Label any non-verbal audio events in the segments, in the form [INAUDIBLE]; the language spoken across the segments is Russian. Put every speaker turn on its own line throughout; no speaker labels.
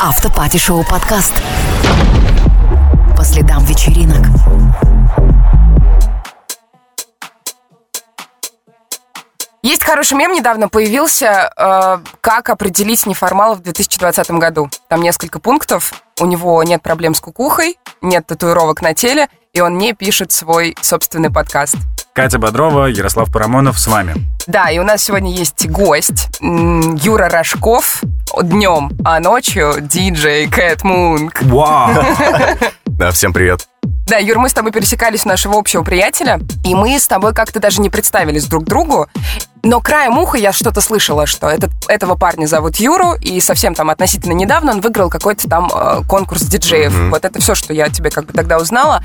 Автопати-шоу подкаст. По следам вечеринок.
Есть хороший мем, недавно появился, э, как определить неформала в 2020 году. Там несколько пунктов. У него нет проблем с кукухой, нет татуировок на теле, и он не пишет свой собственный подкаст.
Катя Бодрова, Ярослав Парамонов с вами.
Да, и у нас сегодня есть гость м, Юра Рожков днем, а ночью диджей Кэт Мунк.
Вау!
Да, всем привет.
Да, Юр, мы с тобой пересекались у нашего общего приятеля, и мы с тобой как-то даже не представились друг другу. Но краем уха я что-то слышала, что этот, этого парня зовут Юру, и совсем там относительно недавно он выиграл какой-то там э, конкурс диджеев.
Мгм.
Вот это все, что я тебе как бы тогда узнала.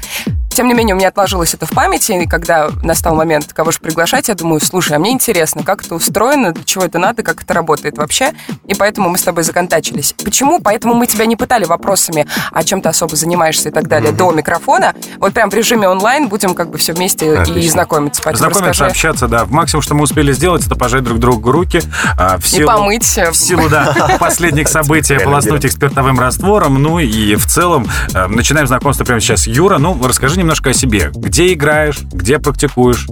Тем не менее, у меня отложилось это в памяти, и когда настал момент, кого же приглашать, я думаю, слушай, а мне интересно, как это устроено, для чего это надо, как это работает вообще, и поэтому мы с тобой законтачились. Почему? Поэтому мы тебя не пытали вопросами, а чем ты особо занимаешься и так далее, до микрофона. Вот прям в режиме онлайн будем как бы все вместе и
Отлично.
знакомиться. Поэтому
Знакомиться,
расскажи.
общаться, да. Максимум, что мы успели сделать, это пожать друг другу руки. а, в
И
силу-
помыть. э,
В силу, да, последних событий
реально
полоснуть
дело.
их спиртовым раствором. Ну и в целом э, начинаем знакомство прямо сейчас. Юра, ну расскажи немножко о себе. Где играешь, где практикуешь,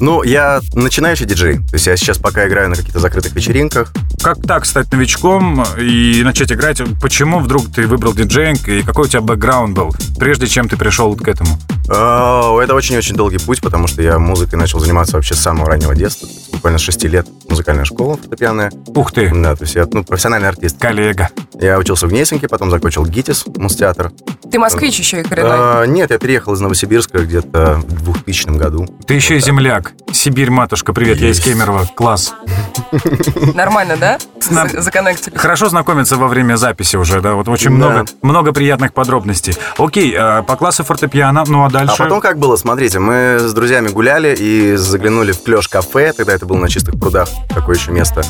Ну, я начинающий диджей. То есть я сейчас пока играю на каких-то закрытых вечеринках.
Как так стать новичком и начать играть? Почему вдруг ты выбрал диджеинг и какой у тебя бэкграунд был, прежде чем ты пришел к этому?
А, Это очень-очень долгий путь, потому что я музыкой начал заниматься вообще с самого раннего детства. То есть Буквально с 6 лет музыкальная школа фортепианная.
Ух ты,
Да, то есть я ну, профессиональный артист.
коллега.
Я учился в Гнесинке, потом закончил ГИТИС, Мунстеатр.
Ты москвич еще и хреной.
А, Нет, я переехал из Новосибирска где-то в 2000 году.
Ты еще и земляк. Сибирь, матушка, привет, я из
Есть.
Кемерово. Класс.
Нормально, да?
Нам-
За- Законнектили.
Хорошо знакомиться во время записи уже, да? Вот очень
Да.
много, много приятных подробностей. Окей, э, по классу фортепиано, ну а дальше?
А потом как было? Смотрите, мы с друзьями гуляли и заглянули в клеш кафе тогда это было на чистых прудах, какое еще место.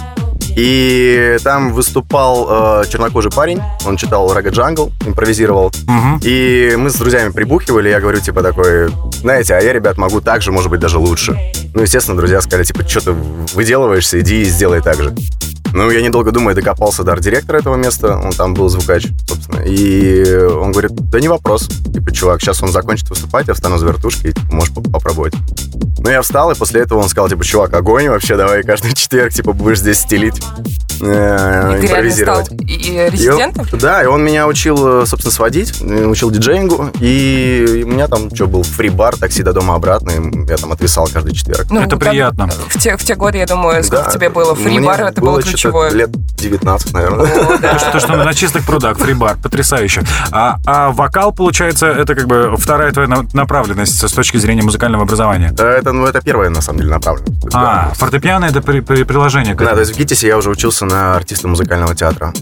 И там выступал э, чернокожий парень, он читал Рага Джангл, импровизировал.
Мгм.
И мы с друзьями прибухивали, я говорю, типа, такой, знаете, а я, ребят, могу так же, может быть, даже лучше. Ну, естественно, друзья сказали, типа, что ты выделываешься, иди и сделай так же. Ну, я недолго думая, докопался до арт-директора этого места, он там был звукач, собственно, и он говорит, да не вопрос, типа, чувак, сейчас он закончит выступать, я встану с вертушки, и типа, можешь поп- попробовать. Ну, я встал, и после этого он сказал, типа, чувак, огонь вообще, давай каждый [LAUGHS] четверг, типа, будешь здесь стелить, э,
И ты реально стал
импровизировать.
и- и резидентом?
И он- да, и он меня учил, э, собственно, сводить, э, учил диджеингу, и и у меня там что был фри-бар, такси до дома обратно, и я там отвисал каждый четверг.
Ну,
Это
там
приятно.
В те, в те годы, я думаю, сколько
Да,
тебе было?
мне
Фри-бар, это было,
что-то
ключевое.
лет 19, наверное.
О, да.
То, что, то, что на чистых прудах, фрибар, потрясающе. А, а вокал, получается, это как бы вторая твоя на- направленность с точки зрения музыкального образования.
Э, Это, ну, это первое, на самом деле, направленность.
А, фортепиано это при- при- приложение. к
Да,
этому.
то есть в ГИТИСе я уже учился на артиста музыкального театра.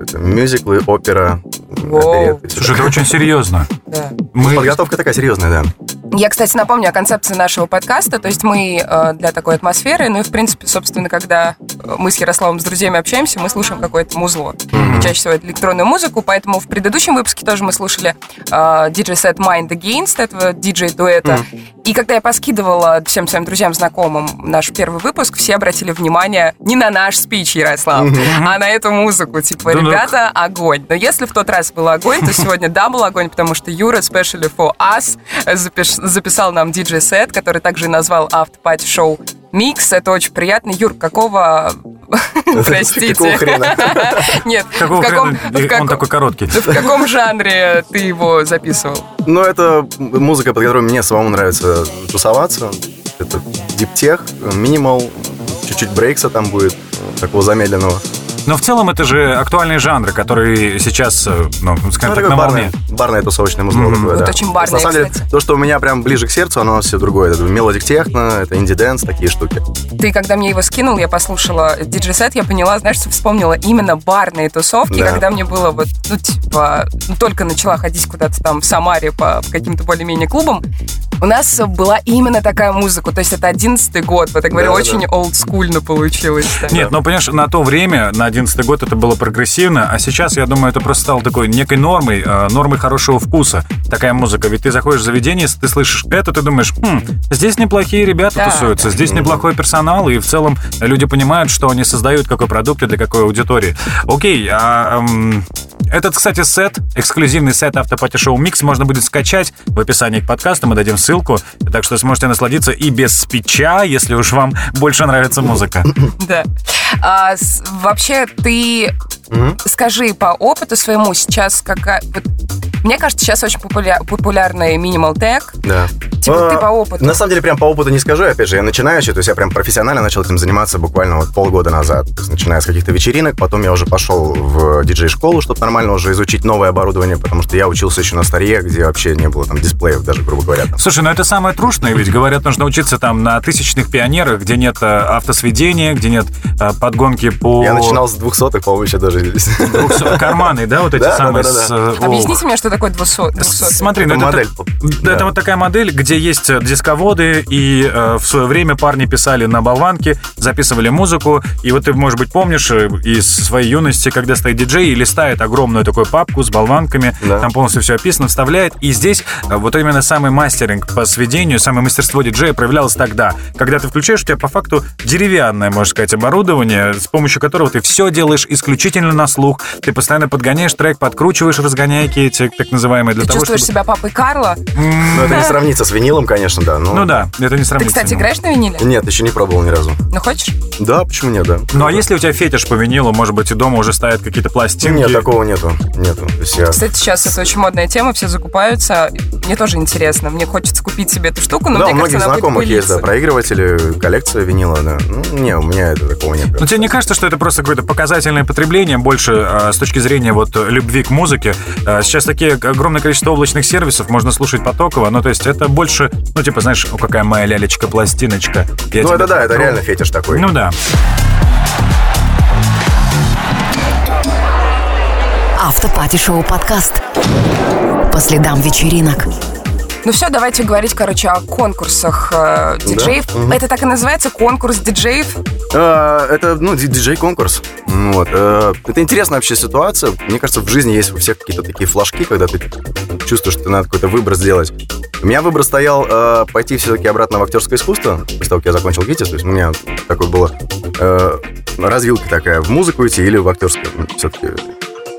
Это мюзиклы, опера,
Воу.
оперетты, всё.
Слушай, это очень серьезно.
Да.
Мы...
Подготовка такая серьезная, да.
Я, кстати, напомню о концепции нашего подкаста. То есть мы э, для такой атмосферы, ну и, в принципе, собственно, когда э, мы с Ярославом с друзьями общаемся, мы слушаем какое-то музло. И Чаще всего это электронную музыку, поэтому в предыдущем выпуске тоже мы слушали э, диджей-сет Mind Against, этого диджей-дуэта. И когда я поскидывала всем своим друзьям, знакомым наш первый выпуск, все обратили внимание не на наш спич, Ярослав, а на эту музыку. Типа,
Да ну.
ребята, огонь. Но если в тот раз был огонь, то сегодня да, был огонь, потому что Юра Specially for Us э, запиш- записал нам диджей-сет, который также и назвал автопати шоу Микс. Это очень приятно. Юр, какого... [LAUGHS] Простите.
Какого хрена?
Нет, в
Какого
каком-
хрена?
в
Он
каком-
такой короткий.
в каком жанре ты его записывал?
Ну, это м- музыка, под которую мне самому нравится тусоваться. Это диптех, минимал, чуть-чуть брейкса там будет, такого замедленного. Ну,
Но в целом это же актуальные жанры, которые сейчас, э, ну,
Ну,
скажем так,
такое
на
барное,
волне.
барное тусовочное музло.
Мгм.
такое,
Вот
да.
очень
То есть,
барное,
На самом деле,
кстати.
то, что у меня прям ближе к сердцу, оно все другое. Это мелодик техно, это инди-дэнс, такие штуки.
Ты, когда мне его скинул, я послушала диджей-сет, я поняла, знаешь, что вспомнила именно барные тусовки,
Да.
когда мне было вот, ну, типа, ну, только начала ходить куда-то там в Самаре по каким-то более-менее клубам, у нас была именно такая музыка, то есть это 11 год, вот я говорю,
Да-да-да.
очень олдскульно получилось. да.
Нет, ну, понимаешь, на то время, на 2011 год это было прогрессивно, а сейчас, я думаю, это просто стало такой некой нормой, э, нормой хорошего вкуса. Такая музыка. Ведь ты заходишь в заведение, если ты слышишь это, ты думаешь, «Хм, здесь неплохие ребята
Да.
тусуются, здесь неплохой персонал, и в целом люди понимают, что они создают, какой продукт и для какой аудитории. Окей, а, эм, этот, кстати, сет, эксклюзивный сет автопати-шоу «Микс» можно будет скачать в описании к подкасту, мы дадим ссылку, так что сможете насладиться и без спича, если уж вам больше нравится музыка.
Да. А, с- вообще, ты скажи по опыту своему сейчас какая... вот мне кажется, сейчас очень популя- популярный минимал тег.
Да.
Типа
А,
ты по опыту.
На самом деле, прям по опыту не скажу. Опять же, я начинающий, то есть я прям профессионально начал этим заниматься буквально вот полгода назад. То есть, начиная с каких-то вечеринок, потом я уже пошел в диджей-школу, чтобы нормально уже изучить новое оборудование, потому что я учился еще на старье, где вообще не было там дисплеев даже, грубо говоря. там.
Слушай, ну это самое трушное, ведь говорят, нужно учиться там на тысячных пионерах, где нет э, автосведения, где нет э, подгонки по...
Я начинал с двухсотых, по-моему, еще даже здесь.
двухсот- карманы, да, вот эти
Да, да,
самые...
да, да,
с,
да.
э,
Объясните мне, что такое 200.
С- Смотри, ну
Это
это,
модель.
та- да, это
Да.
вот такая модель, где есть э, дисководы, и э, в свое время парни писали на болванке, записывали музыку, и вот ты, может быть, помнишь э, из своей юности, когда стоит диджей и листает огромную такую папку с болванками,
Да.
там полностью все описано, вставляет, и здесь э, вот именно самый мастеринг по сведению, самое мастерство диджея проявлялось тогда, когда ты включаешь, у тебя по факту деревянное, можно сказать, оборудование, с помощью которого ты все делаешь исключительно на слух, ты постоянно подгоняешь трек, подкручиваешь разгоняйки эти, так называемые, для
Ты
того,
чувствуешь
чтобы...
себя папой Карла?
Ну,
[LAUGHS]
это не сравнится с винилом, конечно, да. но-
Ну да, это не
Ты,
сравнительно.
кстати,
ну.
играешь на виниле?
Нет, еще не пробовал ни разу.
Ну, хочешь?
Да, почему нет, да?
Ну а если у тебя фетиш по винилу, может быть, и дома уже стоят какие-то пластинки?
Нет, такого нету. Нету. То есть я-
Кстати, сейчас это очень модная тема, все закупаются. Мне тоже интересно. Мне хочется купить себе эту штуку, но
да, у
Ну, мне
многих
кажется, она
знакомых
будет
есть, да,
пылиться.
проигрыватели, коллекция винила, да. Ну, не, у меня это такого нет.
Но Ну, тебе не кажется, что это просто какое-то показательное потребление больше э, с точки зрения вот э, любви к музыке? Э, сейчас такие огромное количество облачных сервисов, можно слушать потоково, ну то есть это больше, ну типа знаешь, о какая моя лялечка, пластиночка. я
Ну,
тебя
это да, это
потру».
реально фетиш такой.
Ну да.
Автопати-шоу подкаст. По следам вечеринок.
Ну все, давайте говорить, короче, о конкурсах э, диджеев. Это так и называется, конкурс диджеев.
А, Это, ну, ди- диджей-конкурс. Вот. э, Это интересная вообще ситуация. Мне кажется, в жизни есть у всех какие-то такие флажки, когда ты чувствуешь, что надо какой-то выбор сделать. У меня выбор стоял э, пойти все-таки обратно в актерское искусство, после того, как я закончил ГИТИС. То есть у меня такое было э, развилка такая, в музыку идти или в актерское все-таки.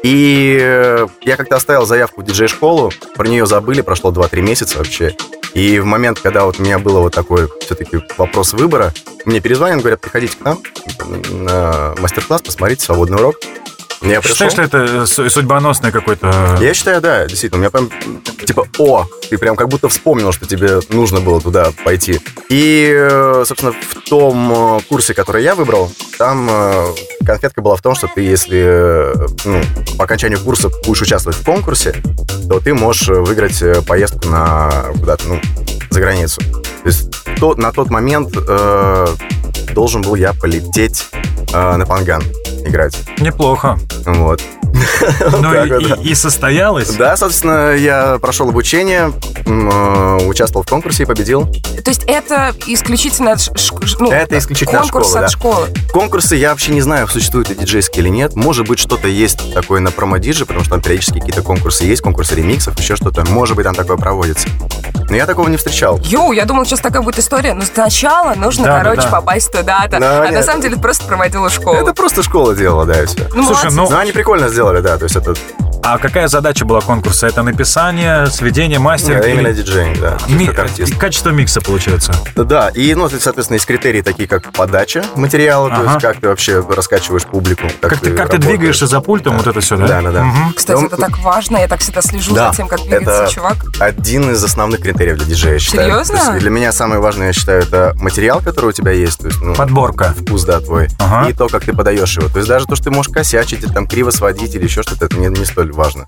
И э, я как-то оставил заявку в диджей-школу, про нее забыли, прошло 2-3 месяца вообще. И в момент, когда вот у меня было вот такой все-таки вопрос выбора, мне перезвонили, говорят, приходите к нам на мастер-класс, посмотрите свободный урок. Я пришел.
Считаешь, что это э, су- судьбоносное какое-то...
Я считаю, да, действительно, у меня прям, типа, о, ты прям как будто вспомнил, что тебе нужно было туда пойти. И, э, собственно, в том э, курсе, который я выбрал, там э, конфетка была в том, что ты, если э, ну, по окончанию курса будешь участвовать в конкурсе, то ты можешь э, выиграть э, поездку на куда-то, ну, за границу. То есть то- на тот момент э, должен был я полететь э, на Панган играть.
Неплохо.
Вот.
Ну
так
и-
[LAUGHS] вот,
и-
да.
и состоялось?
Да, собственно, я прошел обучение, м, э, участвовал в конкурсе и победил.
То есть это исключительно от ш- ш- ну,
Это исключительно от
конкурс
школы,
от
да.
школы.
Конкурсы я вообще не знаю, существуют ли диджейские или нет. Может быть, что-то есть такое на промо потому что там периодически какие-то конкурсы есть, конкурсы ремиксов, еще что-то. Может быть, там такое проводится. Но я такого не встречал.
Йоу, я думала, сейчас такая будет история, но сначала нужно,
Да, да,
короче,
да.
попасть туда-то.
Да,
а на
нет.
самом деле ты просто проводила школу.
Это просто школа делала, да, и все.
Ну,
Слушай,
молодцы.
ну
Ну, они прикольно сделали, да, то есть это
А какая задача была конкурса? Это написание, сведение, мастер?
э, именно диджей, да,
Ми-
как артист.
Качество микса получается.
Да, и, ну, соответственно, есть критерии такие, как подача материала, то
Ага.
есть как ты вообще раскачиваешь публику.
Как ты, как ты
работаешь.
двигаешься за пультом, вот это все, да?
Да, да, да.
Мгм.
Кстати,
Ну,
это так важно, я так всегда слежу
Да,
за тем, как двигается
это-
чувак.
один из основных критериев для диджея, я считаю.
Серьезно?
То есть для меня самое важное, я считаю, это материал, который у тебя есть, то есть, ну,
Подборка.
вкус, да, твой,
Ага.
и то, как ты подаешь его. То есть даже то, что ты можешь косячить, или там криво сводить или еще что-то, это не, не столь важно.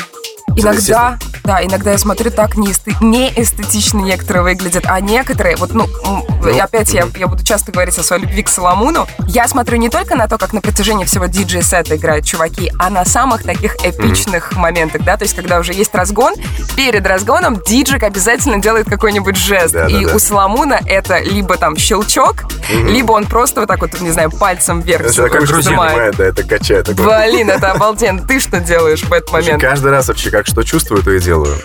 Иногда, да, иногда я смотрю, так неэсте- неэстетично некоторые выглядят, а некоторые, вот, ну, м, и опять я, я буду часто говорить о своей любви к Соломону, я смотрю не только на то, как на протяжении всего диджей-сета играют чуваки, а на самых таких эпичных моментах, да, то есть когда уже есть разгон, перед разгоном диджик обязательно делает какой-нибудь жест,
Да, да,
и
да.
у Соломона это либо там щелчок, либо он просто вот так вот, не знаю, пальцем вверх
Если такой
рукой
грузин
сжимает.
понимает, да, это качает. такой.
Блин, это обалденно. Ты что делаешь в этот момент?
Каждый раз вообще как что чувствую, то и делаю.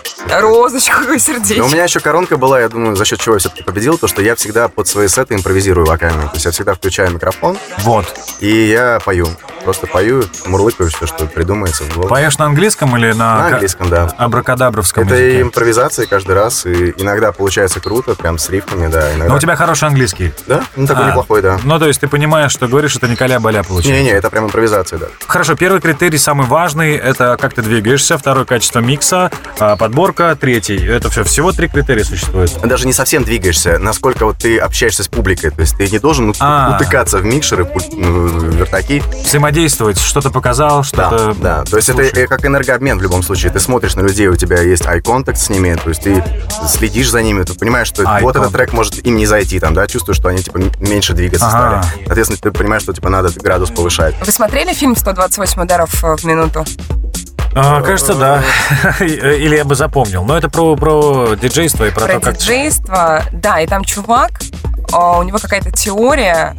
Розочку,
Но Ну, у
сердечко.
меня еще коронка была, я думаю, за счет чего я все-таки победил, то что я всегда под свои сеты импровизирую вокально. То есть я всегда включаю микрофон,
Вот.
и я пою. Просто пою, мурлыкаю все, что придумается в голову.
Поешь на английском или на...
На
ка-
английском, да.
Абракадабровском
Это
языке?
и импровизации каждый раз, и иногда получается круто, прям с рифмами, да, иногда.
Но Ну, у тебя хороший английский.
Да? Ну, такой
А,
неплохой, да.
Ну, то есть ты понимаешь, что говоришь, это не коля-боля получается.
Не-не, это прям импровизация, да.
Хорошо, первый критерий, самый важный, это как ты двигаешься. Второй, качество микса, а, подборка. Третий, это все, всего три критерия существует.
Даже не совсем двигаешься, насколько вот ты общаешься с публикой. То есть ты не должен ут-
А.
утыкаться в микшеры, пуль- ну, в вертаки.
Взаимодействовать, что-то показал,
Да,
что-то...
да. То есть это
Слушай,
э, как энергообмен в любом случае. Ты смотришь на людей, у тебя есть eye-контакт с ними, то есть ты следишь за ними, ты понимаешь, что
Eye
вот этот
contact.
трек может им не зайти, там, да, чувствуешь, что они, типа, м- меньше двигаться
Ага.
стали. Соответственно, ты понимаешь, что, типа, надо градус повышать.
Вы смотрели фильм «128 ударов э, в минуту»?
а, кажется, да. [LAUGHS] э, Или я бы запомнил. Но это про, про диджейство и про,
Про
то, как...
диджейство. Да, и там чувак, а, у него какая-то теория,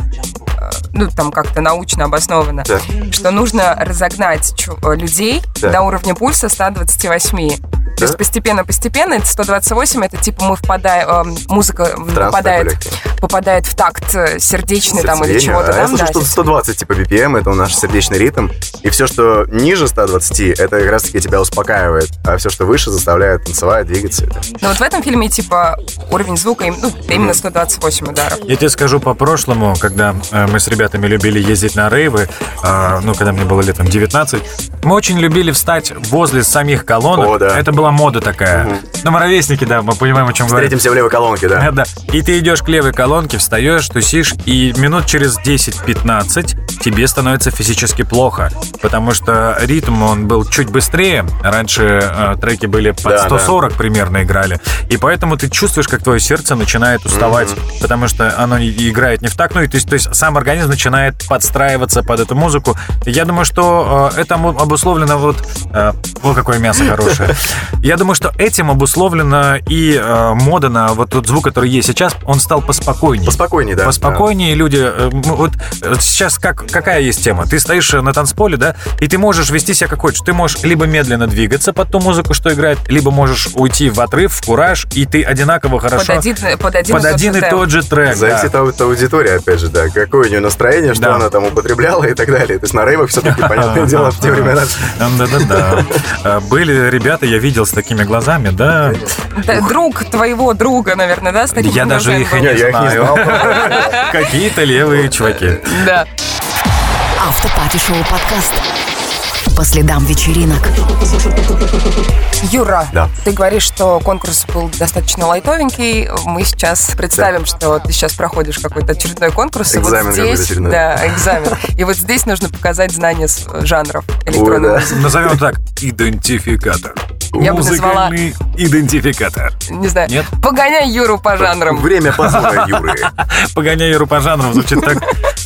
э, ну, там как-то научно обоснована,
Так.
что нужно разогнать чу- э, людей
Так.
до уровня пульса 128. То
Да?
есть постепенно-постепенно, это 128, это типа мы впадаем, музыка м,
Транс
попадает,
такой
попадает в такт э, сердечный там или
Сердцебиение,
чего-то
а Я
там.
слышал,
да,
что
сердце-
120 типа BPM, это наш сердечный ритм. И все, что ниже 120, это как раз-таки тебя успокаивает. А все, что выше, заставляет танцевать, двигаться. Это-
Но вот в этом фильме типа уровень звука им- ну, именно 128 ударов.
Я тебе скажу по прошлому, когда э, мы с ребятами любили ездить на рейвы, э, ну, когда мне было лет там 19, мы очень любили встать возле самих колонок.
О, да.
Это была мода такая. Ну, мы ровесники, да, мы понимаем, о чем говорим.
Встретимся в левой колонке, да.
[LAUGHS] Да. И ты идешь к левой колонке, встаешь, тусишь, и минут через 10-15 тебе становится физически плохо, потому что ритм, он был чуть быстрее. Раньше э, треки были под
Да,
140 примерно играли, и поэтому ты чувствуешь, как твое сердце начинает уставать, потому что оно и- и играет не в так, ну и то есть, то есть сам организм начинает подстраиваться под эту музыку. Я думаю, что э, это му- обусловлено вот... э, о, какое мясо
[LAUGHS]
хорошее. Я думаю, что этим обусловлена и э, мода на вот тот звук, который есть сейчас, он стал поспокойнее.
Поспокойнее, да.
Поспокойнее люди. э, м, Вот э, сейчас как, какая есть тема? Ты стоишь э, на танцполе, да, и ты можешь вести себя как хочешь. Ты можешь либо медленно двигаться под ту музыку, что играет, либо можешь уйти в отрыв, в кураж, и ты одинаково хорошо
Под один, э, под один, и
под
тот
один
же
и
темп.
тот же трек. да.
Зависит от аудитории, опять же, да. Какое у нее настроение, что
Да.
она там употребляла и так далее. То есть на рейвах
[LAUGHS]
все-таки, понятное дело, в те времена [LAUGHS]
Да-да-да. Э, Были ребята, я видел с такими глазами, да.
Да, э, друг твоего друга, наверное, да? с таким
Я даже их и
названием
не
[LAUGHS] Не, я их не
знаю.
знал.
[LAUGHS]
Какие-то левые чуваки.
был? Да.
Автопати-шоу подкаст. По следам вечеринок.
Юра,
Да.
ты говоришь, что конкурс был достаточно лайтовенький. Мы сейчас представим, что ты сейчас проходишь какой-то очередной конкурс. и
Экзамен
вот
какой-то
здесь,
очередной.
Да, экзамен. И вот здесь нужно показать знания с- э, жанров электронной
Ой, да.
музыки.
Назовем так. Идентификатор.
Я бы назвала-
Музыкальный идентификатор.
Не знаю.
Нет?
Погоняй Юру по жанрам.
Время позора, Юры.
Погоняй Юру по жанрам звучит так,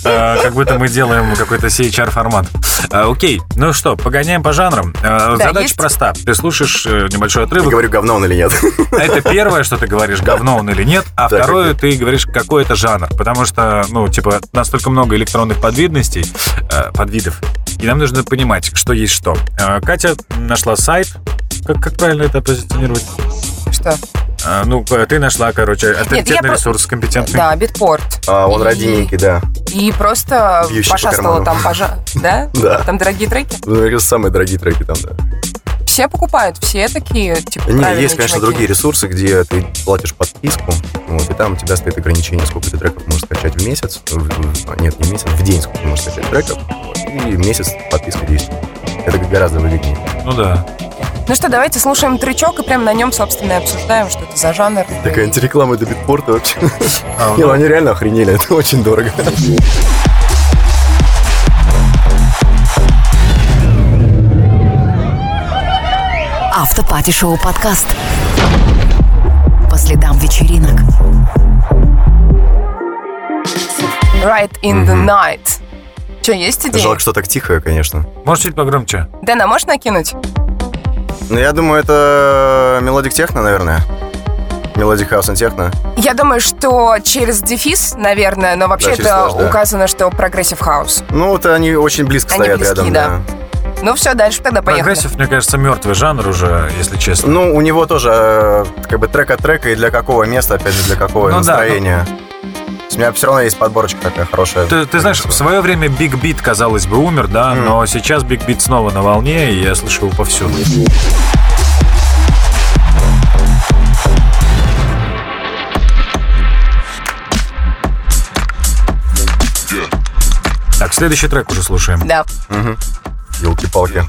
э, как будто мы делаем какой-то CHR формат. Э, Окей, ну что, погоняем по жанрам. Э,
Да,
Задача
есть?
проста. Ты слушаешь э, небольшой
Я
отрывок.
говорю, говно он
[LAUGHS]
или нет.
Это первое, что ты говоришь, говно он или нет, а
Так,
второе, ты говоришь, какой это жанр. Потому что, ну, типа, настолько много электронных подвидностей, э, подвидов, и нам нужно понимать, что есть что. Э, Катя нашла сайт. Как, как правильно это позиционировать?
Что?
А, ну, э, ты нашла, короче, авторитетный
про-
ресурс, компетентный.
Да, битпорт.
А, Он родиненький, да.
И просто
Бьющий по
пошастала
карману.
там, пожа... да?
[LAUGHS] Да.
Там дорогие треки.
Ну, я говорю, самые дорогие треки там, да.
Все покупают, все такие, типа,
Не,
правильные
есть, конечно,
чуваки.
другие ресурсы, где ты платишь подписку, вот, и там у тебя стоит ограничение, сколько ты треков можешь скачать в месяц. в- в- а, Нет, не в месяц, в день сколько ты можешь скачать треков. вот, и месяц подписка действует. Это гораздо выгоднее.
Ну да.
Ну что, давайте слушаем тречок и прям на нем, собственно, и обсуждаем, что это за жанр.
Такая антиреклама до битпорта вообще.
А,
Не, ну
ну,
они реально охренели, [LAUGHS] это очень дорого.
Автопати-шоу подкаст. По следам вечеринок.
Right in the night. Че, есть идея?
Жалко, что так тихо, конечно.
Можешь чуть погромче?
Дэна, можешь накинуть?
Ну, я думаю, это мелодик техно, э, наверное. Мелодик хаус и техно.
Я думаю, что через дефис, наверное, но вообще
Да,
это
через слэш, да.
указано, что прогрессив хаус.
Ну, вот они очень близко
Они
стоят
близки,
рядом,
да. Ну все, дальше тогда поехали.
Прогрессив, мне кажется, мертвый жанр уже, если честно.
Ну, у него тоже э, как бы трек от трека и для какого места, опять же, для какого
Ну да,
настроения. То есть У меня все равно есть подборочка такая хорошая.
Ты, ты знаешь, в свое время Биг Бит, казалось бы, умер, да, но сейчас Биг Бит снова на волне, и я слышу его повсюду. Так, следующий трек уже слушаем.
Да.
Елки-палки.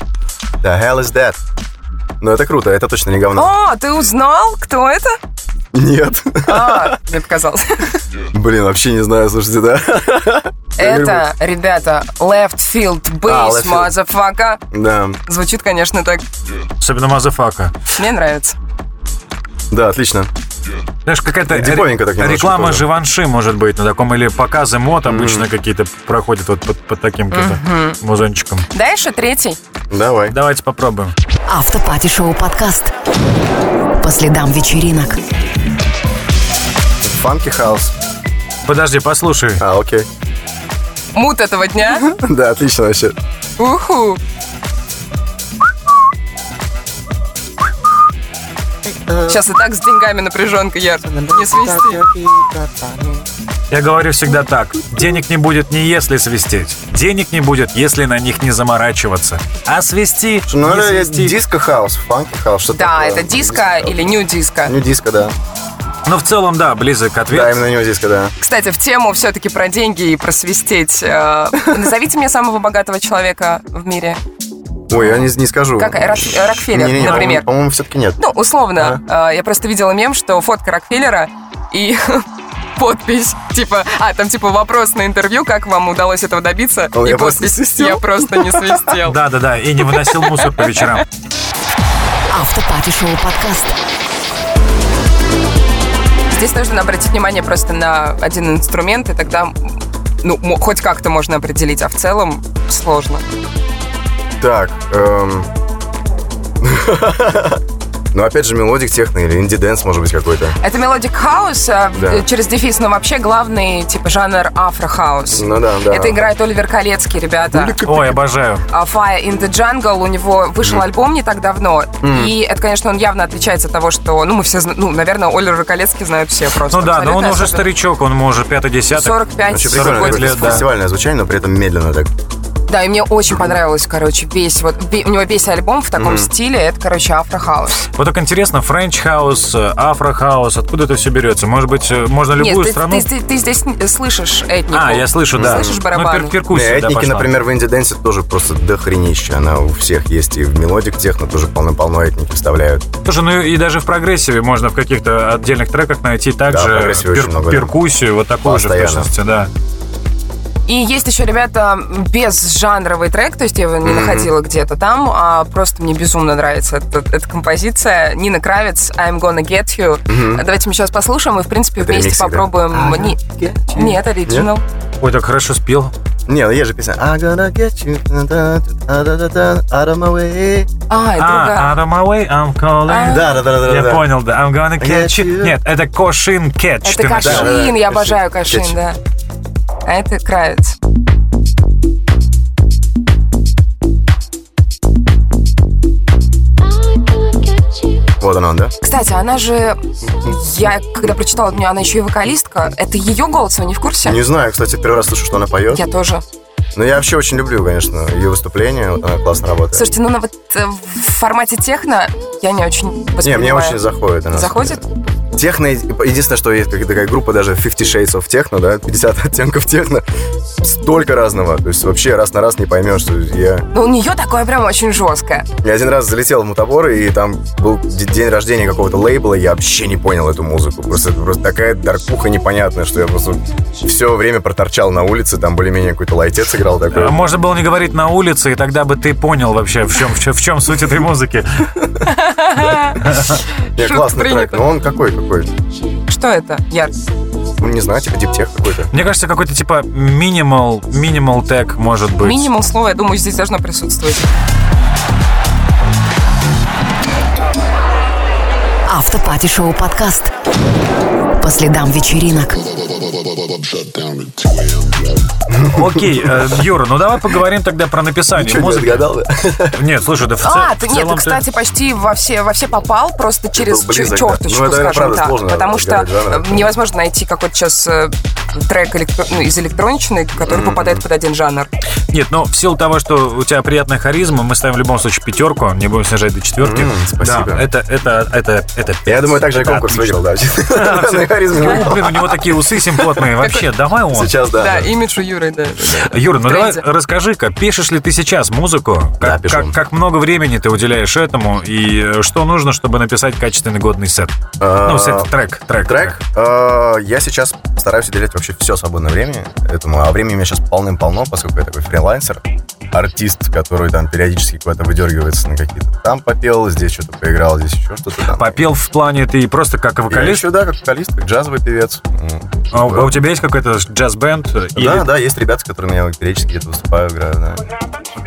Да, hell is that? Ну, это круто, это точно не говно.
О, ты узнал, кто это?
Нет. [LAUGHS]
А, мне показалось.
Блин, вообще не знаю, слушайте, да. [LAUGHS]
Это, ребята, Left Field
А,
Bass,
Left Field.
мазафака.
Да.
Звучит, конечно, так.
Особенно Мазафака.
Мне нравится.
Да, отлично.
Знаешь, какая-то
Диковенько так немножко
реклама
тоже.
Живанши, может быть, на таком, или показы мод обычно какие-то проходят вот под, под таким каким-то музончиком.
Дальше третий.
Давай.
Давайте попробуем.
Автопати Шоу Подкаст. По следам вечеринок.
Фанки хаус.
Подожди, послушай.
А, окей. [LAUGHS]
Мут этого дня.
Да, отлично вообще.
Уху. Сейчас и так с деньгами напряженка, Яр. Не свисти.
Я говорю всегда так. Денег не будет не если свистеть. Денег не будет, если на них не заморачиваться. А свисти,
Ну,
не
это
свисти.
диско хаус, фанки хаус. что
Да,
такое?
это диско или нью-диско.
Ну, диско, да.
Но Ну, в целом, да, близок ответ.
Да, именно у него диско, да.
Кстати, в тему все-таки про деньги и про свистеть. Э, Назовите мне самого богатого человека в мире.
Ой, я не, не скажу.
Как Рок- Рокфеллер,
Не-не-не,
например.
по-моему, По-моему, все-таки нет.
Ну, условно. Э, Я просто видела мем, что фотка Рокфеллера и [LAUGHS] подпись, типа, а, там, типа, вопрос на интервью, как вам удалось этого добиться,
Он,
и
«Я просто не
подпись
свистел».
«Я просто не свистел».
Да, да, да. И не выносил мусор по
[LAUGHS]
вечерам.
Автопати Шоу Подкаст.
Здесь нужно обратить внимание просто на один инструмент, и тогда, ну, мо- хоть как-то можно определить, а в целом сложно.
Так, эм... [LAUGHS] Ну, опять же, мелодик техно или инди-дэнс, может быть, какой-то.
Это мелодик хаус а, в-
Да.
через дефис, но вообще главный типа жанр афро-хаус.
Ну да, да.
Это играет Оливер Колецкий, ребята.
Ой, обожаю.
А Fire in the Jungle, у него вышел альбом не так давно, и это, конечно, он явно отличается от того, что, ну, мы все, зна- ну, наверное, Оливер Колецкий знают все просто.
Ну да, но он
Абсолютно
уже
особенно.
старичок, он может пятый-десятый.
Вообще
45
прикольно,
45
такое
лет, да.
фестивальное звучание, но при этом медленно так.
Да, и мне очень понравилось, короче, весь вот, ве- у него весь альбом в таком стиле, это, короче, афро-хаус.
Вот так интересно, френч хаус, афро хаус, откуда это все берется? Может быть, э, можно
Нет,
любую
ты-
страну?
ты, ты- ты здесь не- слышишь этнику.
А, я слышу, да.
Слышишь
Ну,
барабаны?
пер- перкуссия,
Не,
да,
этники,
пошла.
например, в инди-дэнсе тоже просто дохренища. Она у всех есть. И в мелодик техно тоже полно-полно этники вставляют.
Слушай, ну и даже в прогрессиве можно в каких-то отдельных треках найти
Да, в
также
прогрессиве
пер-
очень много, да.
перкуссию, вот такую же в
Постоянно.
точности, да.
И есть еще, ребята, безжанровый трек, то есть я его не находила где-то там, а просто мне безумно нравится эта, эта композиция. Нина Кравец, I'm gonna get you. Давайте мы сейчас послушаем и, в принципе, вместе
ремиксик, да?
попробуем... Не- Нет, оригинал.
Ой, так хорошо спел.
Не, ну есть же песня. I gotta get you, da-da, da-da-da-da, out of my way.
А, и другая.
А, out of my way, I'm calling.
Да, да, да, да, да.
Я понял, да. I'm gonna catch
Я
you.
чую.
Нет, это Кошин Catch.
Это
ты
Кашин,
начал.
да, да,
я
Кашин.
обожаю Кашин,
Кетчуп.
да. А это Кравец.
Вот он, он, да?
Кстати, она же... Я, когда прочитала, мне она еще и вокалистка. Это ее голос, вы не в курсе?
Не знаю, кстати, первый раз слышу, что она поет.
Я тоже.
Но я вообще очень люблю, конечно, ее выступление. Вот она классно работает.
Слушайте, ну на вот э, в формате техно я не очень
не,
воспринимаю.
мне очень заходит она.
Заходит?
Техно, единственное, что есть как- такая группа даже 50 Shades of Techno, да, 50 [LAUGHS] оттенков техно, столько разного, то есть вообще раз на раз не поймешь, что я...
Но у нее такое прям очень жесткое.
Я один раз залетел в мутобор, и там был д- день рождения какого-то лейбла, и я вообще не понял эту музыку, просто, это просто такая даркуха непонятная, что я просто все время проторчал на улице, там более-менее какой-то лайтец играл такой.
А Можно было не говорить на улице, и тогда бы ты понял вообще, в чем, в чем, в чем суть этой музыки.
Не,
шутка
классный трек,
принята.
но он какой какой?
Что это? Я
Ну, не знаю, типа диптех какой-то.
Мне кажется, какой-то типа минимал, минимал тег может быть.
минимум слова, я думаю, здесь должно присутствовать.
Автопати Шоу Подкаст. По следам вечеринок.
Окей, э, Юра, ну давай поговорим тогда про написание
Чё, не
музыки.
отгадал?
Нет, слушай, да в, ц-
А,
в
ты, нет,
целом
ты,
ты-
кстати, почти во все, во все попал, просто через
был близок, да.
черточку,
Ну, это,
скажем
правда,
так.
сложно
потому что
выбирать жанр.
э, невозможно найти какой-то сейчас э, трек электро- ну, из электроничной, который попадает под один жанр.
Нет, ну в силу того, что у тебя приятная харизма, мы ставим в любом случае пятерку, не будем снижать до четверки.
М, спасибо.
Да, это, это, это, это
Я
пять.
думаю, также я
Это
конкурс
отлично.
выиграл, да. [LAUGHS] На харизме.
О, Блин, у него такие усы симплотные вообще. Давай он.
Сейчас, да.
Да,
да.
имидж у Юры, да. да, да.
Юра, ну
В
давай
тренде.
расскажи-ка, пишешь ли ты сейчас музыку? Как,
Да, пишу.
как- как много времени ты уделяешь этому? И э, что нужно, чтобы написать качественный годный сет?
А,
Ну, сет, трек, трек.
Трек. э, Я сейчас стараюсь уделять вообще все свободное время этому, а времени у меня сейчас полным-полно, поскольку я такой фрилансер, артист, который там периодически куда-то выдергивается на какие-то там попел, здесь что-то поиграл, здесь еще что-то там.
Попел в плане ты просто как
Я
вокалист?
еще, да, как вокалист, как джазовый певец. М.
А у, а у тебя есть какой-то джаз-бенд?
Да, да, есть ребята, с которыми я периодически где-то выступаю, играю, да.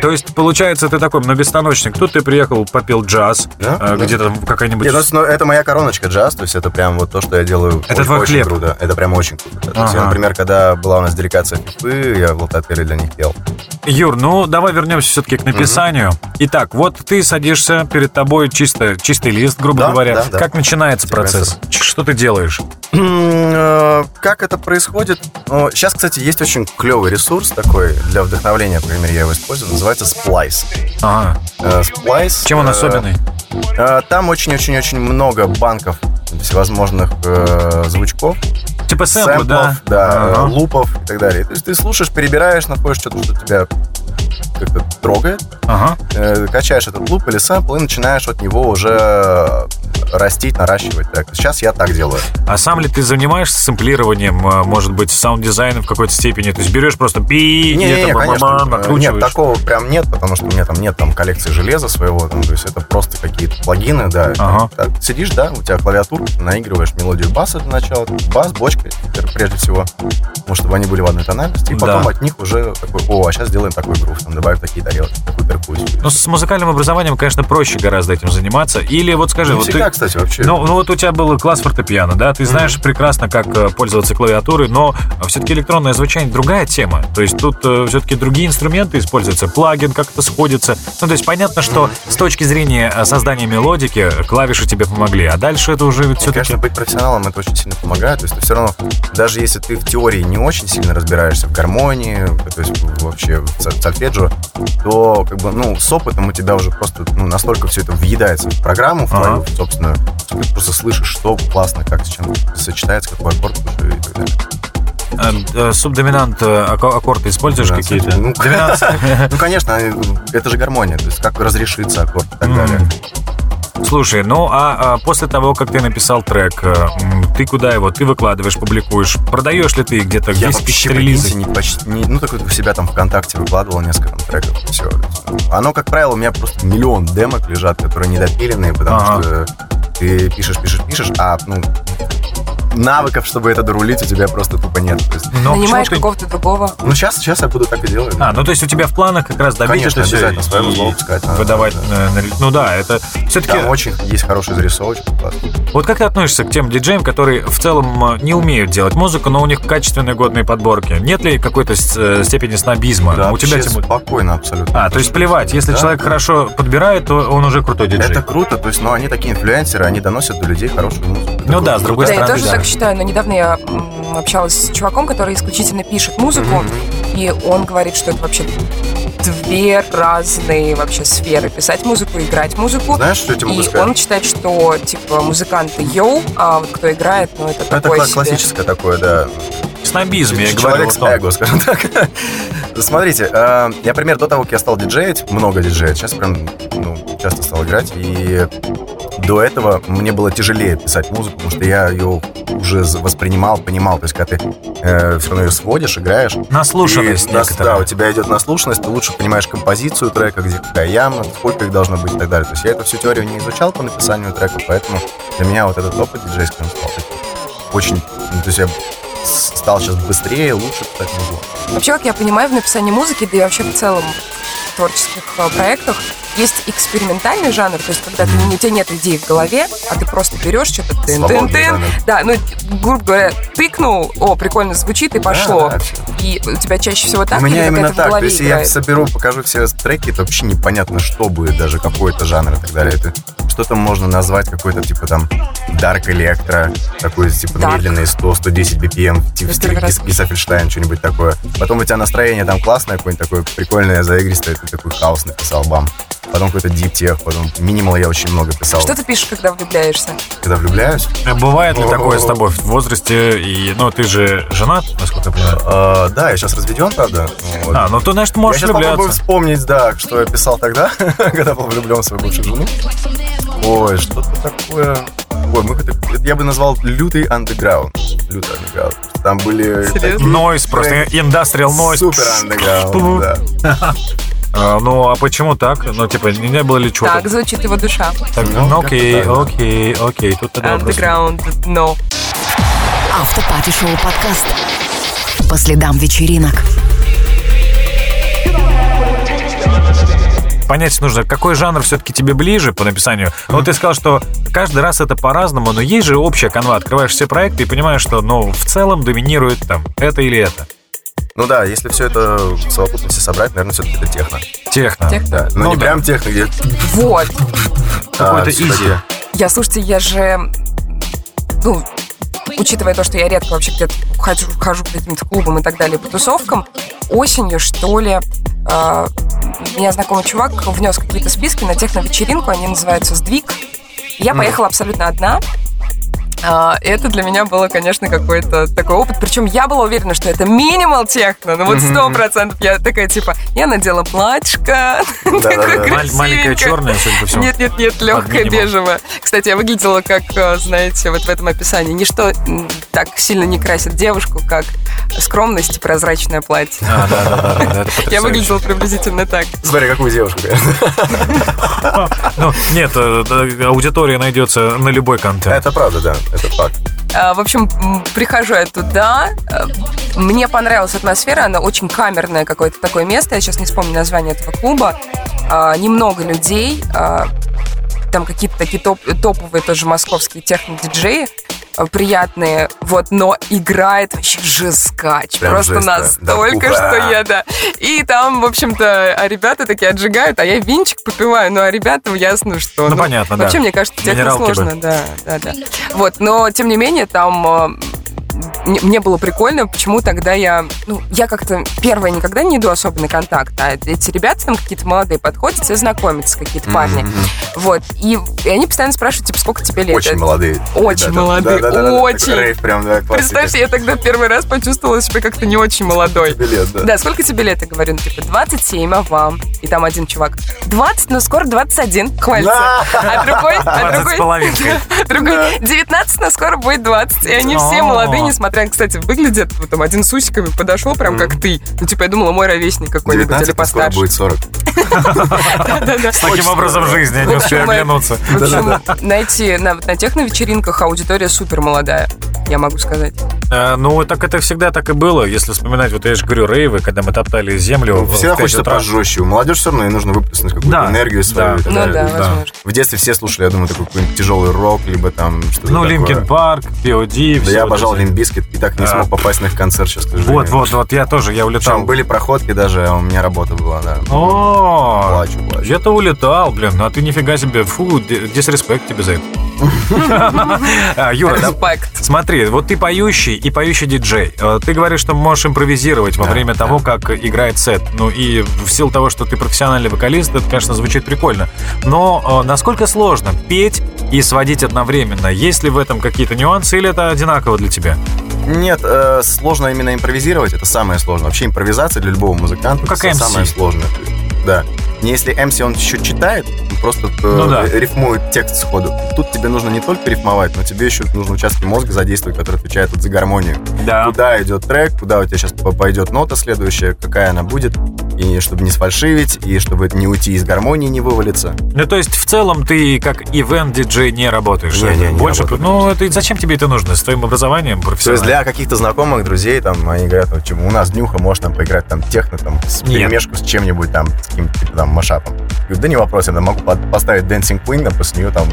То есть, получается, ты такой многостаночник. Тут ты приехал, попел джаз,
Да,
э,
да.
где-то в какая-нибудь...
Нет, ну, с- ну, это моя короночка джаз, то есть это прям вот то, что я делаю.
Это
очень-
твой
очень
хлеб.
круто. Это прям очень круто. да. То есть я,
Ага.
например, когда была у нас делегация фифы, я в лототеле для них пел.
Юр, ну давай вернемся все-таки к написанию. Итак, вот ты садишься, перед тобой чисто, чистый лист, грубо
Да,
говоря.
да, да.
Как начинается процесс? Ч- Что ты делаешь?
Э, Как это происходит? Сейчас, кстати, есть очень клевый ресурс такой для вдохновления, по крайней мере, я его использую, называется Splice.
Ага.
Э, Splice.
А, Чем он
э,
особенный?
э, Там очень-очень-очень много банков всевозможных э, звучков,
Типа сэмплы, да?
сэмплов, да, э,
Ага.
лупов и так далее. То есть ты слушаешь, перебираешь, находишь что-то, что тебя как-то трогает,
Ага.
э, качаешь этот луп или сэмпл и начинаешь от него уже э, растить, наращивать трек. Сейчас я так делаю.
А сам ли ты занимаешься сэмплированием, э, может быть, саунд-дизайном в какой-то степени? То есть берешь просто пи,
Не,
и
не,
это
не,
ба-ба-ба,
конечно. Нет,
накручиваешь?
такого прям нет, потому что у меня там нет там коллекции железа своего, там, то есть это просто какие-то плагины, да.
Ага.
Так, сидишь, да, у тебя клавиатура, наигрываешь мелодию баса для начала, бас, бочка, теперь прежде всего, ну, чтобы они были в одной тональности, и потом
Да.
от них уже такой, о, а сейчас сделаем такой грув, там, добавим такие тарелки, такую перкуссию.
Ну, с музыкальным образованием, конечно, проще гораздо этим заниматься. Или вот скажи,
Не
вот
всегда,
ты...
кстати, вообще.
Ну, ну вот у тебя был класс фортепиано, да? Ты знаешь прекрасно, как э, пользоваться клавиатурой, но все-таки электронное звучание другая тема. То есть тут все-таки другие инструменты используются, плагин как-то сходится. Ну, то есть понятно, что с точки зрения э, создания мелодики э, клавиши тебе помогли, а дальше это уже ведь все-таки...
Конечно, быть профессионалом это очень сильно помогает. То есть ты все равно, даже если ты в теории не очень сильно разбираешься в гармонии, то есть вообще в со- сольфеджио, то как бы, ну, с опытом у тебя уже просто ну, настолько все это въедается в программу, в твою
Ага.
собственную, что ты просто слышишь, что классно, как с чем сочетается, какой аккорд уже и так далее.
Э, э, Субдоминант, э, акко- аккорды используешь
Доминант,
какие-то?
ну, [LAUGHS]
Доминант.
Ну, конечно, э, это же гармония, то есть как разрешится аккорд и так
Мгм.
далее.
Слушай, ну а, а, после того, как ты написал трек, э, м, ты куда его? Ты выкладываешь, публикуешь? Продаешь ли ты где-то?
Я
Есть
вообще,
релизы?
прикиньте, не, почти, не- ну, так вот у себя там ВКонтакте выкладывал несколько там треков, все. Оно, как правило, у меня просто миллион демок лежат, которые недопиленные, потому
Ага.
что ты пишешь, пишешь, пишешь, а, ну, навыков, чтобы это дорулить, у тебя просто тупо нет. То есть,
Но
Нанимаешь
почему ты-
какого-то другого.
ну, сейчас, сейчас я буду так и делать.
Ну, А, ну то есть у тебя в планах как раз добить
Конечно,
это всё
обязательно, свое
и
узло пускать надо,
выдавать на- на рел- Ну да, это все-таки...
Там очень есть хорошая зарисовочка. классно.
Вот как ты относишься к тем диджеям, которые в целом э, не умеют делать музыку, но у них качественные годные подборки? Нет ли какой-то с- э, степени снобизма?
Да,
у тебя
вообще
тем более-
спокойно абсолютно.
А, то есть плевать, если
Да.
человек хорошо подбирает, то он уже крутой диджей.
Это круто, то есть, ну, они такие инфлюенсеры, они доносят до людей хорошую музыку.
Ну да, с другой
Да,
стороны,
я тоже
да.
так считаю, но недавно я м, общалась с чуваком, который исключительно пишет музыку, и он говорит, что это вообще две разные вообще сферы. Писать музыку, играть музыку.
Знаешь, что я тебе могу
и
сказать?
он считает, что типа музыканты йоу, а вот кто играет, ну это
Это
такое
кла-
себе.
классическое такое, да,
Снобизм, я и говорю.
Человек
вот
с
он.
эго, скажем так. [LAUGHS] Смотрите, э, я, например, до того, как я стал диджеять, много диджеять, сейчас прям ну, часто стал играть, и до этого мне было тяжелее писать музыку, потому что я ее уже за- воспринимал, понимал. То есть, когда ты все равно ее сводишь, играешь,
Наслушанность
и нас-
некоторая.
да, у тебя идет наслушанность, ты лучше понимаешь композицию трека, где какая яма, сколько их должно быть и так далее. То есть я эту всю теорию не изучал по написанию треков, поэтому для меня вот этот опыт диджейский он стал таким очень... ну, то есть я с- стал сейчас быстрее, лучше писать музыку.
Вообще, как я понимаю, в написании музыки, да и вообще в целом творческих э, проектах есть экспериментальный жанр, то есть когда ты, у тебя нет идей в голове, а ты просто берешь что-то тын тын
Свободный
тын
жанр.
да, ну, грубо говоря, тыкнул, о, прикольно звучит, и пошло.
да, всё.
и у тебя чаще всего так
У меня
или
именно
какая-то в
так. То
голове
есть я
играет?
соберу, покажу все треки, это вообще непонятно, что будет, даже какой это жанр и так далее. Это что-то можно назвать какой-то типа там дарк электро, такой типа
Dark.
медленный 100-110 BPM, типа
Я
стиль
первый раз
Гис- Гисафельштайн, что-нибудь такое. Потом у тебя настроение там классное, какое-нибудь такое прикольное, заигристое, ты такой хаос написал, бам. Потом какой-то диптех, потом минимал я очень много писал.
Что ты пишешь, когда влюбляешься?
Когда влюбляюсь,
Э, Бывает ли такое с тобой в возрасте? И, ну, ты же женат, насколько я понимаю.
Э, да, я сейчас разведен, правда. Вот.
А, ну ты, значит,
я
можешь
сейчас попробую
влюбляться.
вспомнить, да, что я писал тогда, [LAUGHS] когда был влюблен в свою бывшую жену. Ой, что-то такое. Ой, мы это, это я бы назвал лютый андеграунд. Лютый андеграунд. Там были такие
Нойс просто, индастриал нойс.
супер андеграунд, да.
А, Ну, а почему так? Ну, типа, не было ли чего-то?
Так звучит его душа.
Так,
Ну,
ну,
как-то
окей,
так, да.
окей, окей. Тут тогда вопрос.
Underground, но.
Автопати Шоу Подкаст. По следам вечеринок.
Понять нужно, какой жанр все-таки тебе ближе по написанию. Ну, ты сказал, что каждый раз это по-разному, но есть же общая канва. Открываешь все проекты и понимаешь, что, ну, в целом доминирует там это или это.
Ну да, если все это в совокупности собрать, наверное, все-таки это техно.
Техно.
Техно.
Да. Но
Ну
не
да.
прям техно, где А,
Вот.
Какой-то
всё-таки. [LAUGHS]
изи.
Я, слушайте, я же, ну, учитывая то, что я редко вообще где-то хожу, хожу по каким-то клубам и так далее, по тусовкам, осенью, что ли, э, меня знакомый чувак внес какие-то списки на техно-вечеринку, они называются «Сдвиг». И Я поехала абсолютно одна, А, Это для меня было, конечно, какой-то такой опыт. Причем я была уверена, что это минимал техно. Ну вот сто процентов. Я такая типа, я надела платьишко. такое
да.
Маль- Маленькая
красивенькое.
черная, судя по всему.
Нет, нет, нет, легкое
минимал.
бежевое. Кстати, я выглядела как, э, знаете, вот в этом описании. Ничто м, так сильно не красит девушку, как скромность и прозрачное платье.
А, да, да, да, да, да, это
Я
потрясающе.
выглядела приблизительно так.
Смотри, какую девушку.
Ну, нет, э, э, аудитория найдется на любой контент.
Это правда, да, это факт.
А, В общем, м, прихожу я туда. э, Мне понравилась атмосфера, она очень камерное какое-то такое место. Я сейчас не вспомню название этого клуба. А, Немного людей. а, Там какие-то такие топ- топовые тоже московские техно-диджеи а, приятные, вот, но играет вообще жескач.
Прям
Просто
жесть, да.
настолько,
Да,
что
ура.
я, да. И там, в общем-то, а ребята такие отжигают, а я винчик попиваю, ну, а ребятам ясно, что...
Ну, понятно, да.
Вообще, мне кажется, техно
Минералки бы.
сложно, да, да, да. Вот, но тем не менее, там э, мне мне было прикольно, почему тогда я... Ну, я как-то первая никогда не иду особо на контакт, а эти ребята там какие-то молодые подходят, все знакомятся, какие-то парни. Вот, и, и они постоянно спрашивают, типа, сколько тебе лет?
Очень
Я-
молодые.
Очень
ребята.
молодые,
Да-да-да-да, такой
очень.
Рейв прям, да,
Представьте, я тогда первый раз почувствовала себя как-то не очень молодой.
билет, да.
Да, сколько тебе лет? Я говорю, ну, типа, 27, а вам? И там один чувак, 20, но скоро 21, хвалится.
Да.
А другой, а
20 с
другой,
половинкой.
[LAUGHS] другой 19, но скоро будет 20. И они все
А.
О.
молодые, несмотря, кстати, выглядят, вот там один с усиками подошел, прям как ты. Ну, типа, я думала, мой ровесник какой-нибудь или
19 скоро
постарше. [LAUGHS]
будет 40.
Да-да.
Таким образом жизни, не
В общем,
успею
э,
оглянуться.
В общем, найти на, вот на техно-вечеринках аудитория супер молодая, я могу сказать.
Э, Ну, так это всегда так и было. Если вспоминать, вот я же говорю, рейвы, когда мы топтали землю. в- в
Ну, Всегда
пять
хочется
утра.
пожестче. У молодежи все равно ей нужно выплеснуть какую-то
Да.
энергию
Да.
свою. и так
Ну да,
далее.
возможно.
В детстве все слушали, я думаю, такой какой-нибудь тяжелый рок, либо там что-то
Ну,
такое.
Линкин Парк, POD,
Да
все
я
вот
обожал
эти.
Лимбискет и так не
Да.
смог попасть на их концерт сейчас, к сожалению.
Вот, вот, вот, я тоже, я
Причем
улетал.
были проходки даже, а у меня работа была, да.
О,
Плачу, плачу.
я-то улетал, блин, а ты нифига себе, фу, ди- дисреспект тебе
[LAUGHS]
за это. [LAUGHS] А, Юра, да,
Респект.
смотри, вот ты поющий и поющий диджей. Э, Ты говоришь, что можешь импровизировать во
Да,
время
да.
того, как играет сет. Ну и в силу того, что ты профессиональный вокалист, это, конечно, звучит прикольно. Но э, насколько сложно петь и сводить одновременно? Есть ли в этом какие-то нюансы или это одинаково для тебя?
Нет, э, сложно именно импровизировать, это самое сложное. Вообще импровизация для любого музыканта
Ну, как
это
MC.
самое сложное. То есть, Да. Не если MC он еще читает, он просто э,
Ну да.
рифмует текст сходу. Тут тебе нужно не только рифмовать, но тебе еще нужно участки мозга задействовать, который отвечает вот за гармонию.
Да.
Куда идет трек, куда у тебя сейчас пойдет нота следующая, какая она будет. и чтобы не сфальшивить, и чтобы не уйти из гармонии, не вывалиться.
Ну, то есть, в целом, ты как ивент-диджей не работаешь?
Не,
Это
не, не
Больше,
работаю.
ну, это, зачем тебе это нужно? С твоим образованием
То есть
профессиональным?
для каких-то знакомых, друзей, там, они говорят, вот, чему у нас днюха, может там поиграть там техно, там, с
Нет.
перемешку с чем-нибудь там, с каким-то типа, там машапом. Говорю, да не вопрос, я там могу под- поставить Dancing Queen, там, после нее там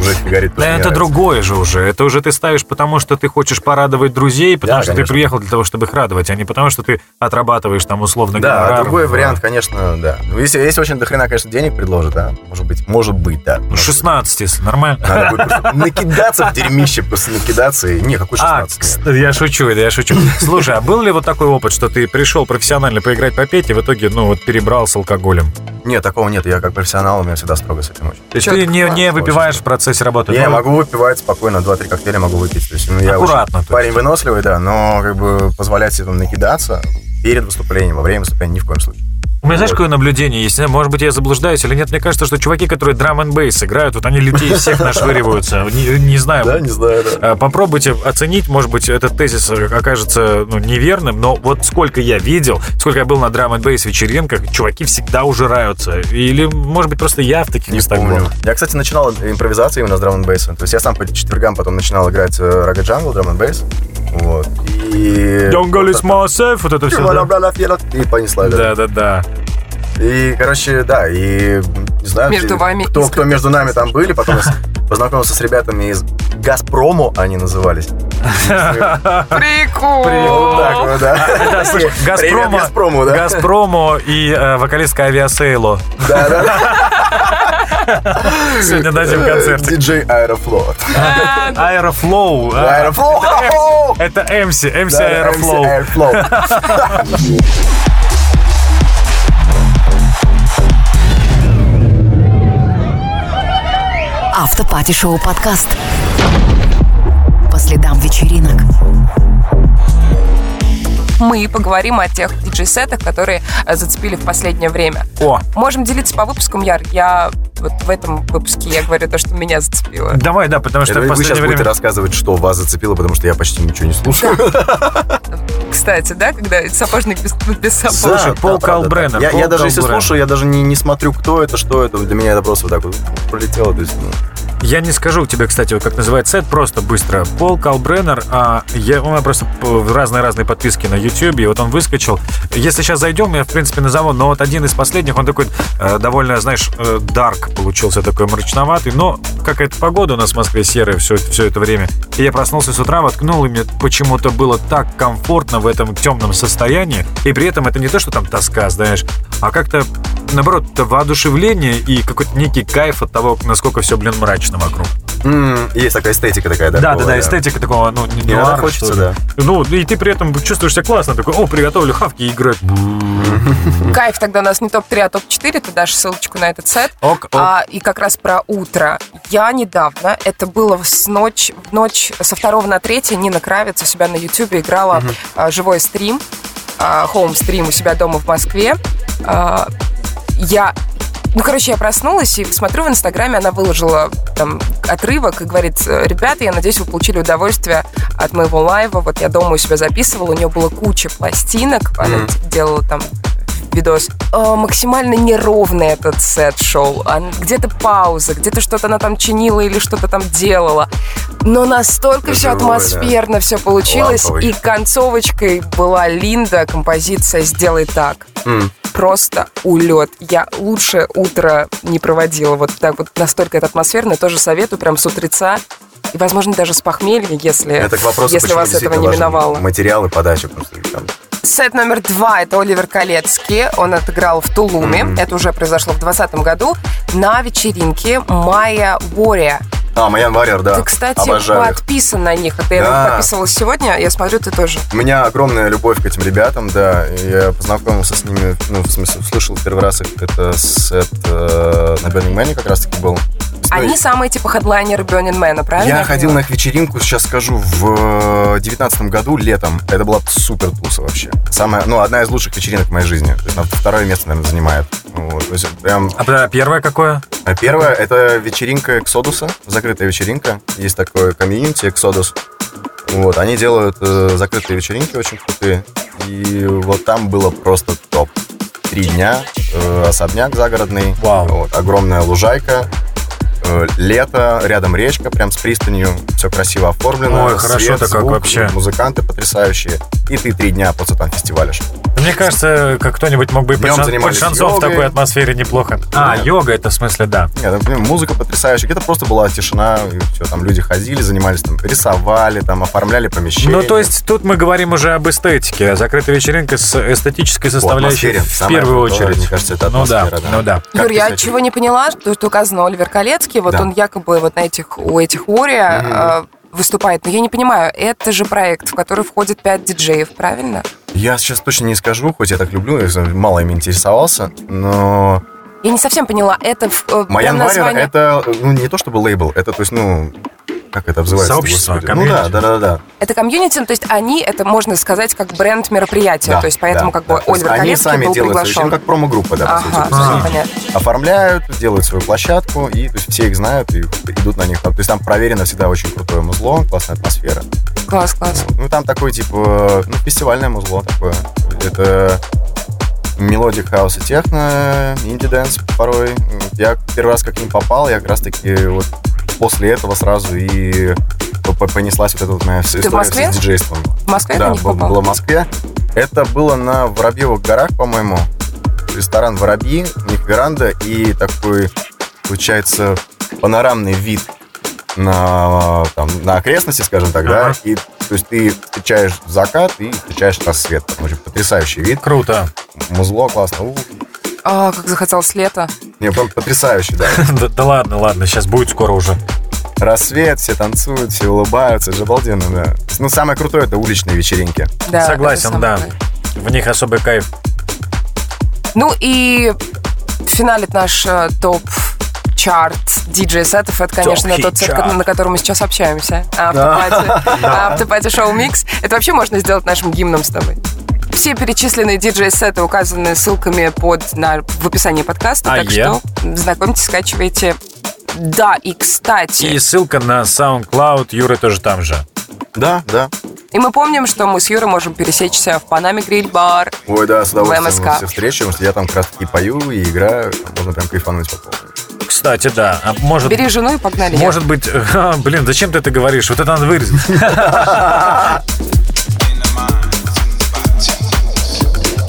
уже фигарит. то,
Да
что мне
это
нравится.
другое же уже. Это уже ты ставишь потому, что ты хочешь порадовать друзей, потому
Да,
что ты
конечно.
приехал для того, чтобы их радовать, а не потому, что ты отрабатываешь там условно
Да,
гонорар.
а другой
Ну,
вариант, конечно, да. Ну, Если, если очень дохрена, конечно, денег предложат, да, может быть, может быть, да.
ну,
Может
16, если нормально.
быть. Надо будет просто накидаться в дерьмище, просто накидаться. и- Не, какой
А,
16? нет.
кс- я шучу, да, я шучу. Слушай, а был ли вот такой опыт, что ты пришел профессионально поиграть, попеть, и в итоге, ну, вот перебрал с алкоголем?
Нет, такого нет. Я как профессионал, у меня всегда строго с этим очень.
То есть
Чётко,
ты не, не
классно,
выпиваешь
очень.
в процессе работы? Ну,
Я могу выпивать спокойно, 2-3 коктейля могу выпить. То есть, ну, я
Аккуратно,
очень-
то
парень выносливый, да, но как бы позволять себе там накидаться перед выступлением, во время выступления ни в коем случае.
У меня, знаешь, какое наблюдение есть? Не знаю, Может быть, я заблуждаюсь или нет. Мне кажется, что чуваки, которые драм н бейс играют, вот они людей всех нашвыриваются. Не, не знаю.
знаю, да.
Э, Попробуйте оценить, может быть, этот тезис э, окажется ну, неверным, но вот сколько я видел, сколько я был на драм бейс вечеринках, чуваки всегда ужираются. Или, может быть, просто я в таких
Не
местах
помню.
был.
Я, кстати, начинал импровизации именно с драм бейсом То есть я сам по четвергам потом начинал играть рага джангл, драм бейс Вот. И...
Jungle is myself, вот это все. да?
И понесла.
Да, да, да.
И, короче, да, и не знаю,
Между
где-
вами
кто,
искры.
кто между нами там были, потом я с- познакомился с ребятами из Газпрому, они назывались.
Прикол!
Вот так вот, да.
Да, слушай,
Привет
Газпрома,
Газпрому, да?
Газпрому и э, вокалистка Авиасейло
Да, да.
сегодня на этом концерте.
Э, Диджей Аэрофло.
А,
Аэрофлоу. а,
Аэрофло!
Это МС, МС
Да,
Аэрофлоу.
MC Aeroflow.
Автопати-шоу подкаст. По следам вечеринок.
Мы поговорим о тех диджей-сетах, которые э, зацепили в последнее время.
О,
Можем делиться по выпускам, Яр. Я вот в этом выпуске я говорю то, что меня зацепило.
давай, да, потому [LAUGHS] что
Это
в
Вы сейчас
последнее
будете
время...
рассказывать, что вас зацепило, потому что я почти ничего не слушаю.
Кстати, да, когда сапожник без, без сапог.
Слушай,
Да,
Пол
да, да,
Калбренер,
да. Я-
Пол
Я даже если
Калбренер.
слушаю, я даже не не смотрю, кто это, что это. Для меня это просто вот так вот пролетело. то есть, ну,
Я не скажу тебе, кстати, вот как называется сет, просто быстро. Пол Калбреннер, а, я, у меня просто п- в разные-разные подписки на YouTube, и вот он выскочил. Если сейчас зайдем, я, в принципе, назову, но вот один из последних, он такой э, довольно, знаешь, дарк получился, такой мрачноватый, но какая-то погода у нас в Москве серая все, все это время. И я проснулся с утра, воткнул, и мне почему-то было так комфортно в этом темном состоянии, и при этом это не то, что там тоска, знаешь, а как-то наоборот, это воодушевление и какой-то некий кайф от того, насколько все, блин, мрачно вокруг.
м, Есть такая эстетика такая, да?
Да, да,
такого,
да, эстетика такого, ну, не
И она
нуара,
хочется,
что ли.
да.
Ну, и ты при этом чувствуешь себя классно, такой, о, приготовлю хавки и играть.
Кайф тогда у нас не топ-3, а топ-4. Ты дашь ссылочку на этот сет.
Ок, ок.
А, и как раз про утро. Я недавно, это было с ночь, в ночь со второго на 3 Нина Кравец у себя на Ютубе играла а, живой стрим, хоум-стрим у себя дома в Москве. А, я ну, короче, я проснулась и смотрю в Инстаграме, она выложила там отрывок и говорит, ребята, я надеюсь, вы получили удовольствие от моего лайва. Вот я дома у себя записывала, у нее была куча пластинок, она типа делала там видос. Э, максимально неровный этот сет шел. Ан- Где-то пауза, где-то что-то она там чинила или что-то там делала. Но настолько все
Живое, да.
атмосферно все получилось.
Ламповый.
И концовочкой была Линда, композиция «Сделай так»
М.
просто улет. Я лучшее утро не проводила. Вот так вот настолько это атмосферно. Тоже советую прям с утреца. И, возможно, даже с похмелья, если,
Это к вопросу,
если
почему
вас этого
действительно
не
важны
миновало.
Материалы подачи просто. там.
Сет номер два – это Оливер Колецкий. Он отыграл в Тулуме. Это уже произошло в 2020 году на вечеринке Майя Боря.
А, Майян Варьер, да.
Ты, кстати,
Обожаю их.
подписан на них. Это я
Да.
на них подписывалась сегодня. Я смотрю, ты тоже.
У меня огромная любовь к этим ребятам, да. И Я познакомился с ними, ну, в смысле, слышал в первый раз их это сет э, на Burning Man как раз-таки был. Ну,
Они самые типа хедлайнеры Burning Man, правильно?
я ходил на их вечеринку, сейчас скажу, в э, девятнадцатом году, летом. Это была супер туса вообще. Самая, ну, одна из лучших вечеринок в моей жизни. То есть она второе место, наверное, занимает. Вот, то есть прям
А да, первое какое?
А Первое — это вечеринка Эксодуса, закрытая вечеринка. Есть такое комьюнити Эксодус. Вот, они делают э, закрытые вечеринки очень крутые. И вот там было просто топ. три дня, э, особняк загородный,
Вау.
вот, огромная лужайка, э, лето, рядом речка, прям с пристанью, все красиво оформлено.
Ой, хорошо-то
свет,
как
звук,
вообще.
Музыканты потрясающие, и ты три дня после там фестиваля.
Мне кажется, как кто-нибудь мог бы и под,
Днем
шан- под
занимались
шансов в
йогой.
такой атмосфере неплохо.
А, йога, это в смысле, да.
Нет, ну, блин, музыка потрясающая. Где-то просто была тишина, и все, там люди ходили, занимались, там, рисовали, там, оформляли помещение.
Ну, то есть тут мы говорим уже об эстетике. а Закрытая вечеринка с эстетической составляющей
атмосфере.
в
Самое
первую
крутое,
очередь.
мне кажется, это
ну да,
атмосфера, да.
ну да.
Как
Юр,
ты
я
себя
чего не поняла, то, что указано Оливер Колецкий, вот
Да.
он якобы вот на этих, у этих Ория э, выступает. Но я не понимаю, это же проект, в который входит 5 диджеев, правильно?
Я сейчас точно не скажу, хоть я так люблю, я мало им интересовался, но
Я не совсем поняла, это в- э,
Майян
прям
Варвер
название.
это ну, не то чтобы лейбл, это то есть, ну, как это обзывается?
Сообщество,
господи? Ну да,
комьюнити.
да, да, да.
Это комьюнити, ну, то есть они, это можно сказать, как бренд мероприятия.
Да,
то есть поэтому
да,
как
да.
бы
То есть
Оливер
Они
Колецкий
сами
был
делают, свою- ну,
приглашен.
как промо-группа, да, по сути.
Ага,
То
А.
есть
всё
они
понятно.
оформляют, делают свою площадку, и то есть, все их знают и идут на них. То есть там проверено всегда очень крутое музло, классная атмосфера.
Класс, класс.
Ну, там такой, типа, ну, фестивальное музло такое. Это мелодик хаоса техно, инди-дэнс порой. Я первый раз как к ним попал, я как раз-таки вот после этого сразу и по- по- понеслась вот эта вот моя
в
история
Москве?
с диджейством.
В Москве
да,
на них
был-
попал?
было в Москве. Это было на Воробьевых горах, по-моему. Ресторан Воробьи, у них веранда и такой, получается, панорамный вид на, там, на окрестности, скажем так,
Ага.
да, и то есть ты встречаешь закат и встречаешь рассвет. Там очень потрясающий вид,
Круто. [LAUGHS]
музло классно. У,
А, как захотелось лето.
не, прям потрясающе, да.
Да да ладно, ладно, сейчас будет скоро уже.
Рассвет, все танцуют, все улыбаются, это же обалденно, да. Ну, самое крутое это уличные вечеринки.
Да, это
Согласен,
самое
да.
главное.
В них особый кайф.
Ну и финалит наш э, топ-чарт диджей-сетов. Это, конечно,
Топ-хит
тот сет,
чарт.
на котором мы сейчас
[LAUGHS]
общаемся. А, Автопати. Автопати а, шоу микс. Это вообще можно сделать нашим гимном с тобой. Все перечисленные диджей-сеты указаны ссылками под, на, в описании подкаста.
А
так
я?
что знакомьтесь, скачивайте. Да, и кстати...
И ссылка на SoundCloud Юры тоже там же.
Да, да.
И мы помним, что мы с Юрой можем пересечься в Панаме Гриль-бар.
Ой, да, с удовольствием
В МСК.
все встречи, потому что я там как раз и пою, и играю, там можно прям кайфануть по полной.
Кстати, да. а Может,
Бери жену ну и погнали. Юр.
может быть... [LAUGHS] а, Блин, зачем ты это говоришь? Вот это надо вырезать. [LAUGHS]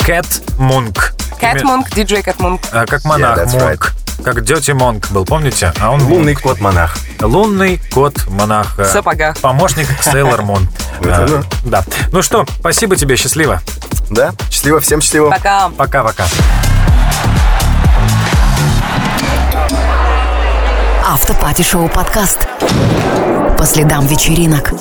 Кэт Мунк.
Кэт Монк, диджей Кэт Монк.
А, Как монах
Yeah, that's
Монк. Как Дети Монк был, помните? А он
Лунный кот-монах.
Лунный кот монаха.
В сапогах.
Помощник Сейлор Мун.
Это
А, Да. Ну что, спасибо тебе, счастливо.
Да? Счастливо, всем счастливо.
Пока.
Пока-пока.
Автопати шоу подкаст. По следам вечеринок.